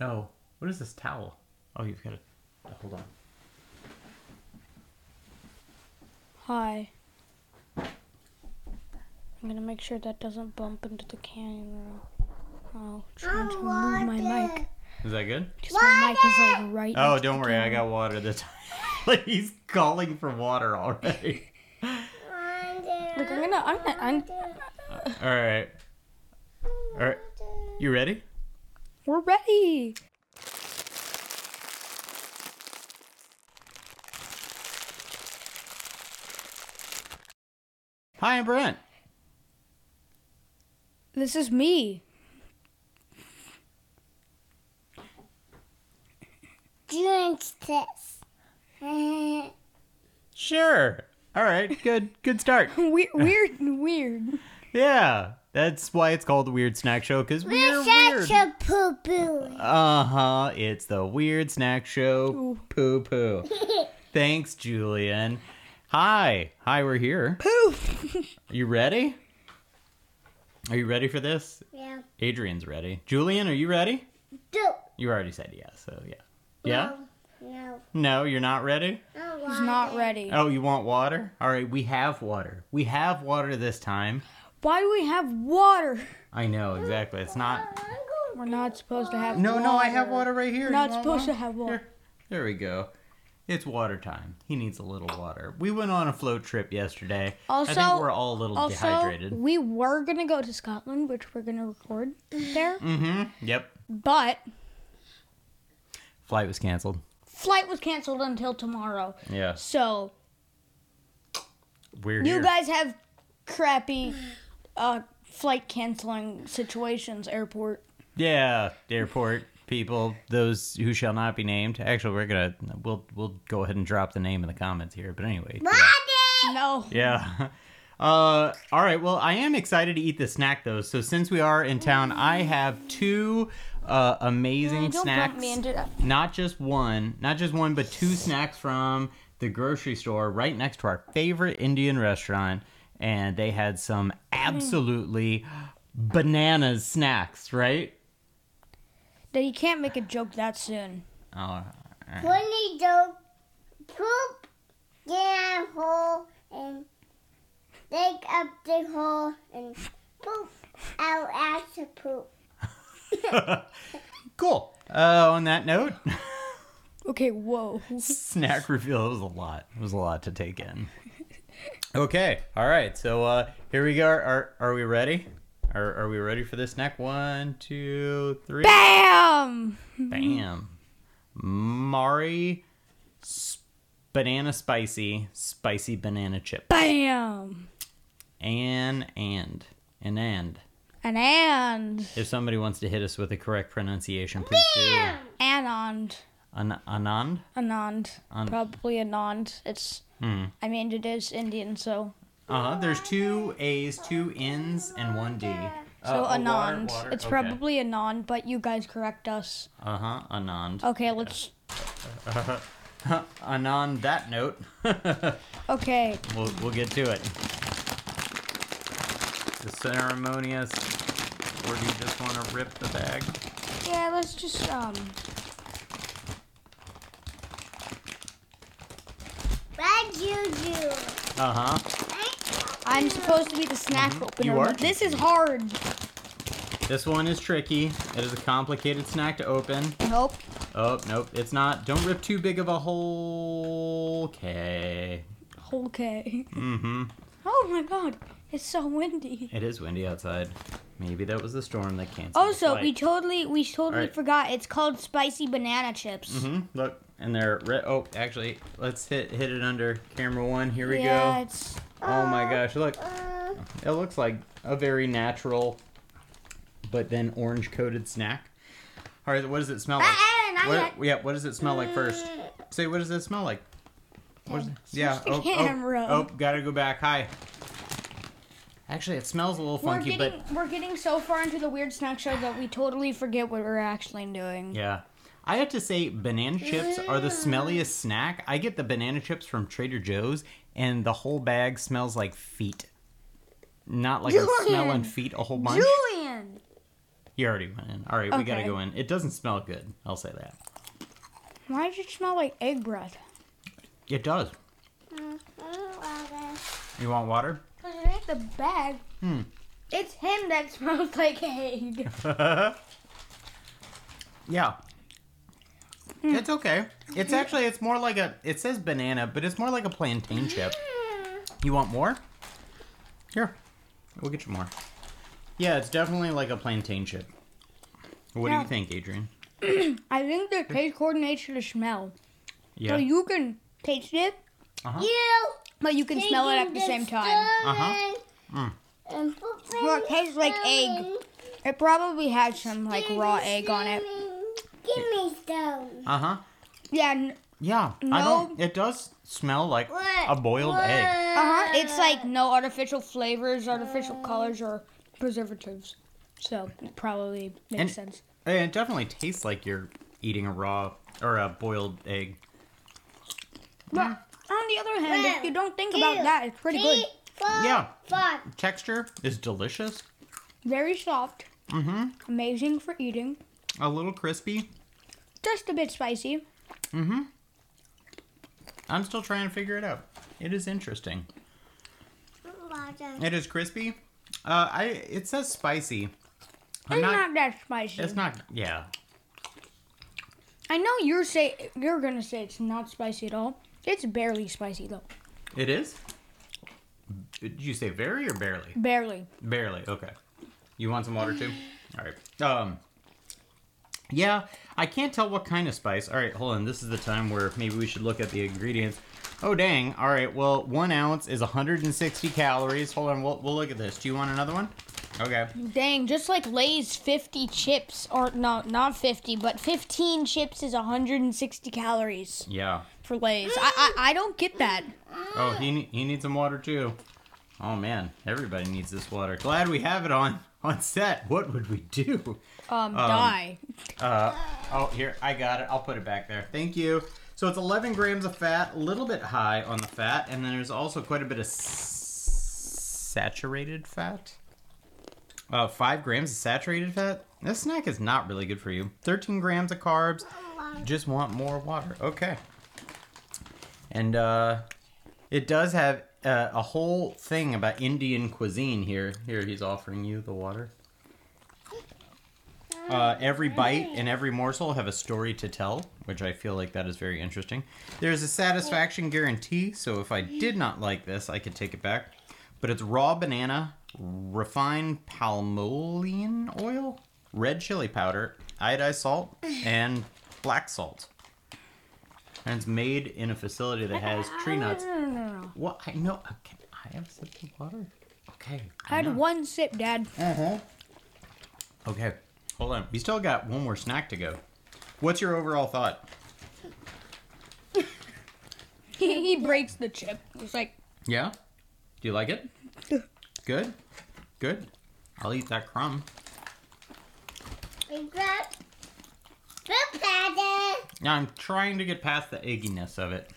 No. What is this towel? Oh, you've got it. Oh, hold on. Hi. I'm gonna make sure that doesn't bump into the canyon or I'll try to move my mic. Is that good? Because my mic is like right. Oh, next to don't the worry. I camera. got water this time. like he's calling for water already. Look, I'm gonna. I'm gonna. I'm, All right. All right. You ready? we're ready. Hi, I'm Brent. This is me. Drink this. Why Sure. All right. Good. Good start. Weird. Weird. weird. Yeah. That's why it's called the Weird Snack Show because we're weird. such a poo poo. Uh huh. It's the Weird Snack Show. Ooh. Poo poo. Thanks, Julian. Hi. Hi. We're here. Poof. You ready? Are you ready for this? Yeah. Adrian's ready. Julian, are you ready? Do. You already said yes, so yeah. Yeah? No. No, you're not ready? No. He's not ready. Oh, you want water? All right, we have water. We have water this time. Why do we have water? I know, exactly. It's not. We're not supposed to have. No, water. no, I have water right here. We're You not want supposed to one? have water. Here. There we go. It's water time. He needs a little water. We went on a float trip yesterday. I think Also- we're all a little Also, dehydrated. we were gonna go to Scotland, which we're gonna record there, Mm-hmm. Yep. but Flight was canceled. flight was canceled until tomorrow. Yeah. So We're you here. guys have crappy uh, flight canceling situations. Airport. Yeah, airport people, those who shall not be named. Actually, we're gonna we'll we'll go ahead and drop the name in the comments here. But anyway, yeah. No. yeah. Uh, all right. Well, I am excited to eat the snack though. So since we are in town, I have two uh, amazing Don't bump snacks. me into that. not just one, not just one, but two snacks from the grocery store right next to our favorite Indian restaurant, and they had some absolutely bananas snacks. Right. That you can't make a joke that soon. Oh, When you do poop, get a hole and dig up the hole and poop out after poop. Cool. Uh, on that note, Okay. Whoa. snack reveal. It was a lot. It was a lot to take in. Okay. All right. So uh, here we go. Are are we ready? Are are we ready for this snack? One, two, three. Bam. Bam. Mari s- banana spicy spicy banana chip. Bam. And and and and. And and If somebody wants to hit us with the correct pronunciation, please do. and An- Anand. Anand. An- Probably Anand. It's. Hmm. I mean, it is Indian, so Uh huh. There's two A's, two N's, and one D. Uh, so oh, Anand. It's probably Anand, but you guys correct us. Uh huh. Anand. Okay, let's. Anand. That note. Okay, we'll we'll get to it. The ceremonious. Or do you just want to rip the bag? yeah, let's just um. What you do? Uh huh. I'm supposed to be the snack opener. Mm-hmm. You are. but This is hard. This one is tricky. It is a complicated snack to open. Nope. Oh nope, it's not. Don't rip too big of a hole. Okay. Okay. Mm-hmm. Oh my God, it's so windy. It is windy outside. Maybe that was the storm that canceled. the Also, flight. we totally we totally Alright. forgot. It's called spicy banana chips. hmm Look, and they're re- oh, actually, let's hit hit it under camera one. Here we yeah, go. it's Oh my gosh, look, Uh, it looks like a very natural, but then orange coated snack. All right, what does it smell like? Uh-uh, Aaron, I'm What, yeah, what does it smell like first? Say, what does it smell like? What is it? Yeah. Uh. the Oh, camera. oh, oh, gotta go back. Hi. Actually, it smells a little we're funky, getting but we're getting so far into the weird snack show that we totally forget what we're actually doing. Yeah. I have to say, banana chips are the smelliest snack. I get the banana chips from Trader Joe's, and the whole bag smells like feet. Not like I'm Julian! smelling feet a whole bunch. Julian. You already went in. All right, we gotta Okay. go in. It doesn't smell good. I'll say that. Why does it smell like egg breath? It does. Mm, mm, You want water? Because it ain't the bag. Hmm. It's him that smells like egg. yeah. It's okay. It's actually it's more like a it says banana, but it's more like a plantain chip. You want more? Here. We'll get you more. Yeah, it's definitely like a plantain chip. What do Yeah. you think, Adrian? I think the taste coordinates to the smell. Yeah. So you can taste it, You but you can smell it at the same time. Uh-huh. Mm. Well, it tastes like egg. It probably has some like raw egg on it. Give me stone. Uh-huh. Yeah, n- Yeah. I don't it does smell like a boiled egg. uh-huh. It's like no artificial flavors, artificial colors, or preservatives. So it probably makes And- sense. And it definitely tastes like you're eating a raw or a boiled egg. But on the other hand, if you don't think about Ew. that, it's pretty good. Yeah. Five. Texture is delicious. Very soft, Mm-hmm. amazing for eating. A little crispy. Just a bit spicy. Mm-hmm. I'm still trying to figure it out. It is interesting. It is crispy. Uh, I it says spicy. I'm it's not, not. that spicy. It's not. Yeah. I know you're say you're gonna say it's not spicy at all. It's barely spicy though. It is. Did you say very or barely? Barely. Barely. Okay. You want some water too? All right. Um. Yeah, I can't tell what kind of spice. All right, hold on. This is the time where maybe we should look at the ingredients. Oh dang! All right. Well, one ounce is 160 calories. Hold on. We'll we'll look at this. Do you want another one? Okay. Dang, just like Lay's 50 chips, or no, not 50, but 15 chips is 160 calories Yeah. for Lay's. I I, I don't get that. Oh, he ne- he needs some water too. Oh man, everybody needs this water. Glad we have it on on set. What would we do? Um, die. Uh, oh, here I got it. I'll put it back there. Thank you. So it's 11 grams of fat, a little bit high on the fat, and then there's also quite a bit of s- saturated fat. Uh, five grams of saturated fat. This snack is not really good for you. 13 grams of carbs. Just want more water. Okay. And uh, it does have uh, a whole thing about Indian cuisine here. Here, he's offering you the water. Uh, every bite and every morsel have a story to tell, which I feel like that is very interesting. There's a satisfaction guarantee, so if I did not like this, I could take it back. But it's raw banana, refined palmolian oil, red chili powder, iodized salt, and black salt. And it's made in a facility that has tree nuts. No, no, no, no. What? I know. Can I have some water? Okay. I had one sip, Dad. Uh huh. Okay, hold on. We still got one more snack to go. What's your overall thought? He, he breaks the chip. It's like, Yeah. Do you like it? Good. Good. I'll eat that crumb. Now I'm trying to get past the egginess of it.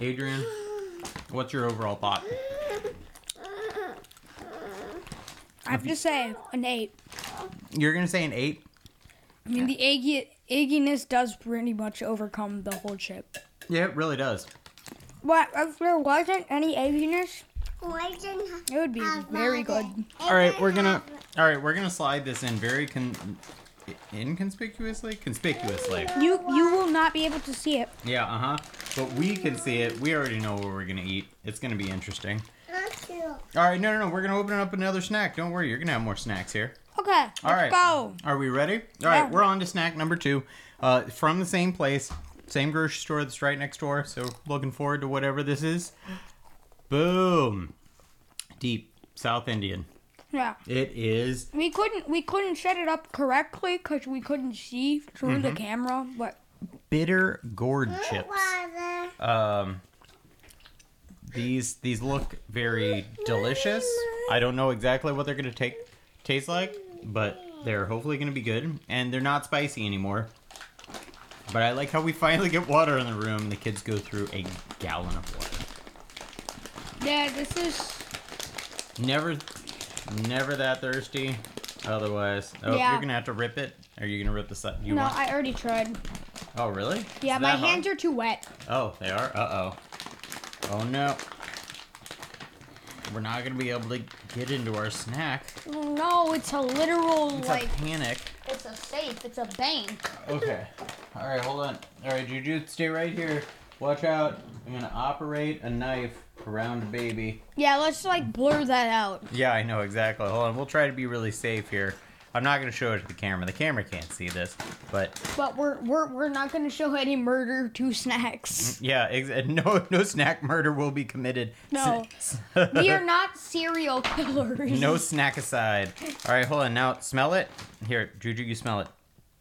Adrian, what's your overall thought? I have to say, an 8. You're gonna say an eight. I mean, the eggy, egginess does pretty much overcome the whole chip. Yeah, it really does. But if there wasn't any egginess, it would be very good. All right, we're gonna. All right, we're gonna slide this in very con, inconspicuously, conspicuously. You you will not be able to see it. Yeah, uh huh. But we can see it. We already know what we're gonna eat. It's gonna be interesting. All right, no, no, no. We're gonna open up another snack. Don't worry, you're gonna have more snacks here. Okay, All let's right. go. Are we ready? All right, Yeah. we're on to snack number two, uh, from the same place, same grocery store that's right next door. So looking forward to whatever this is. Boom, deep South Indian. Yeah. It is. We couldn't we couldn't set it up correctly because we couldn't see through the Mm-hmm. camera. But bitter gourd chips. Um, these these look very delicious. I don't know exactly what they're gonna take taste like, but they're hopefully gonna be good, and they're not spicy anymore. But I like how we finally get water in the room, and the kids go through a gallon of water. yeah, this is Never, never that thirsty. Otherwise, oh, Yeah. you're gonna have to rip it. Are you gonna rip the side? You No, want? I already tried. oh, really? Yeah, my hands are too wet. Oh, they are. Uh oh. Oh no. We're not gonna be able to get into our snack. No, it's a literal It's like a panic. it's a safe, it's a bank. Okay. All right, hold on. All right, Juju, stay right here. Watch out. I'm gonna operate a knife around baby. Yeah, let's like blur that out. Yeah, I know exactly. Hold on. We'll try to be really safe here. I'm not gonna show it to the camera. The camera can't see this, but But we're we're we're not gonna show any murder to snacks. yeah, ex- no, no snack murder will be committed. No. we are not serial killers. No snack aside. All right, hold on. Now smell it. Here, Juju, you smell it.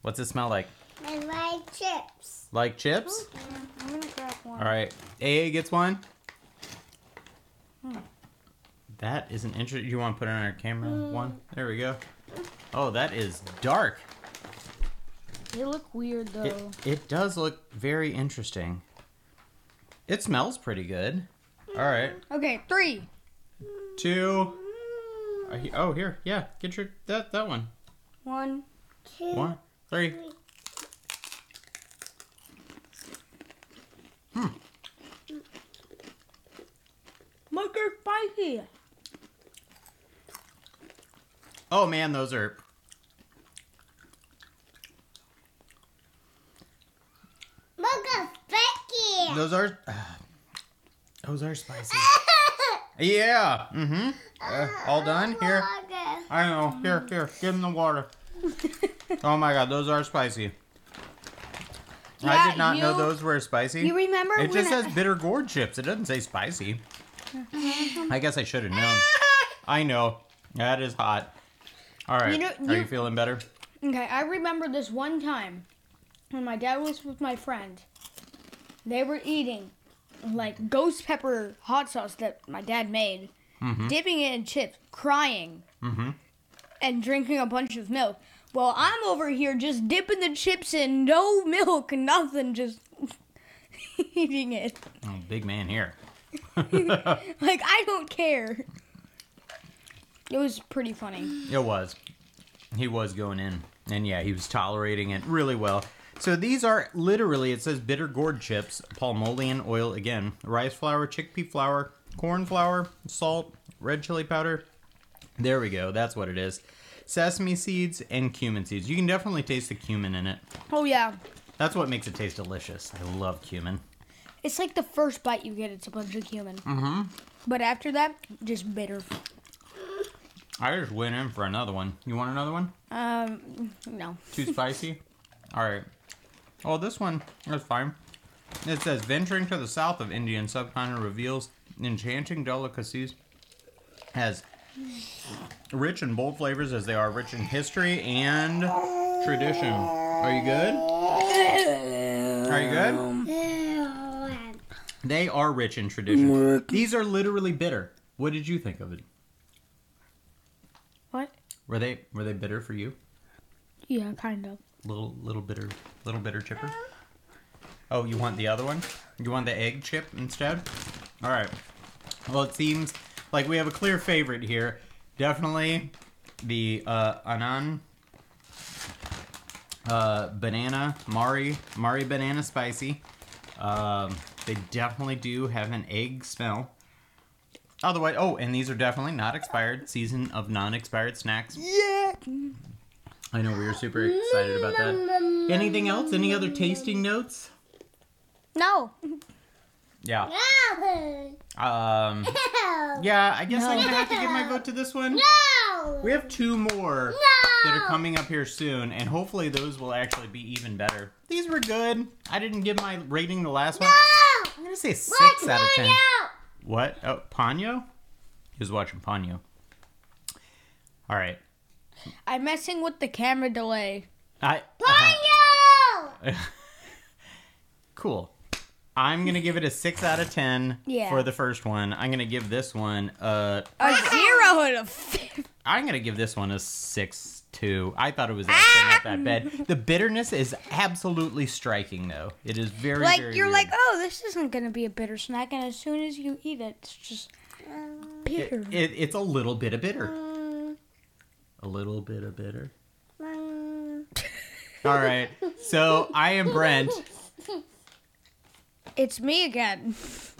What's it smell like? I like chips. Like chips? I'm gonna grab one. All right. AA gets one. That is an interesting. You want to put it on our camera? One. There we go. Oh, that is dark. They look weird though. It, it does look very interesting. It smells pretty good. All right. Okay, three. Two. Are he- Oh, here. Yeah. Get your that that one. One. Two. One, three. Look, they're spicy. Oh man, those are. Look at Becky. Those are. those are spicy. Yeah. Mm-hmm. Uh, all done here. I know. Here, here. Give him the water. oh my God, those are spicy. I Yeah, did not know you- those were spicy. You remember it when just I- says bitter gourd chips. It doesn't say spicy. I guess I should have known. I know. That is hot. All right. You know- are you- you feeling better? Okay, I remember this one time when my dad was with my friend. They were eating like ghost pepper hot sauce that my dad made, dipping it in chips, crying, Mhm. and drinking a bunch of milk. Well, I'm over here just dipping the chips in, no milk, nothing, just eating it. Oh, big man here. Like, I don't care. It was pretty funny. It was. He was going in. And yeah, he was tolerating it really well. So these are literally, it says bitter gourd chips, palmolian oil again, rice flour, chickpea flour, corn flour, salt, red chili powder. There we go. That's what it is. Sesame seeds and cumin seeds. You can definitely taste the cumin in it. Oh, yeah. That's what makes it taste delicious. I love cumin. It's like the first bite you get, it's a bunch of cumin. Mm-hmm. But after that, just bitter. I just went in for another one. You want another one? Um, no. Too spicy? All right. Oh, this one is fine. It says venturing to the south of Indian subcontinent reveals enchanting delicacies as rich and bold flavors as they are rich in history and tradition. Are you good? Are you good? They are rich in tradition. These are literally bitter. What did you think of it? What? Were they were they bitter for you? Yeah, kind of. little little bitter little bitter chipper. Oh, you want the other one? You want the egg chip instead? All right. Well, it seems like we have a clear favorite here. Definitely the uh, Anan uh, banana Mari Mari banana spicy. Um, they definitely do have an egg smell. Otherwise, oh, and these are definitely not expired. Season of non-expired snacks. I know we were super excited about that. Anything else? Any other tasting notes? No. Yeah. No. Um. Yeah, I guess I'm gonna have to give my vote to this one. No. We have two more that are No. coming up here soon, and hopefully those will actually be even better. These were good. I didn't give my rating the last one. No. I'm gonna say Watch six out of ten. Mario. What? Oh, Ponyo? He was watching Ponyo. All right. I'm messing with the camera delay. I. uh-huh. Mario. Cool. I'm gonna give it a six out of ten Yeah. for the first one. I'm gonna give this one a. A zero out of fif- I'm gonna give this one a six two. I thought it was actually not that Ah! bad. The bitterness is absolutely striking, though. It is very Like, very you're weird. like, oh, this isn't gonna be a bitter snack, and as soon as you eat it, it's just bitter. It, it's a little bit of bitter. A little bit of bitter. Mom. All right. So I am Brent. It's me again.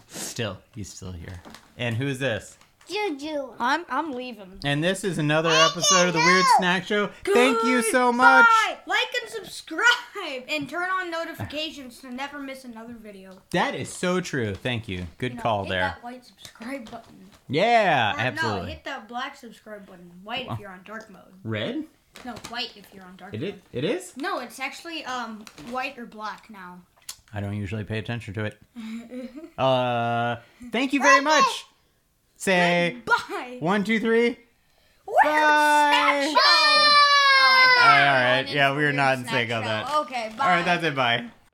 Still, he's still here. And who's this? Juju. I'm I'm leaving. And this is another episode of the Weird you. Snack Show. Thank you so much. Bye. Like and subscribe and turn on notifications to never miss another video. That is so true. Thank you. Good You know, call hit there. that white subscribe button. Yeah, Or No, absolutely. hit that black subscribe button. White if you're on dark mode. Red? No, white if you're on dark It mode. is. It is. No, it's actually um white or black now. I don't usually pay attention to it. uh, thank you very much. Say Bye. one, two, three. Weird Bye. snack show. Oh, I thought All we were right, going yeah, into we were not in weird snack sync on show. that. Okay, bye. All right, that's it. Bye.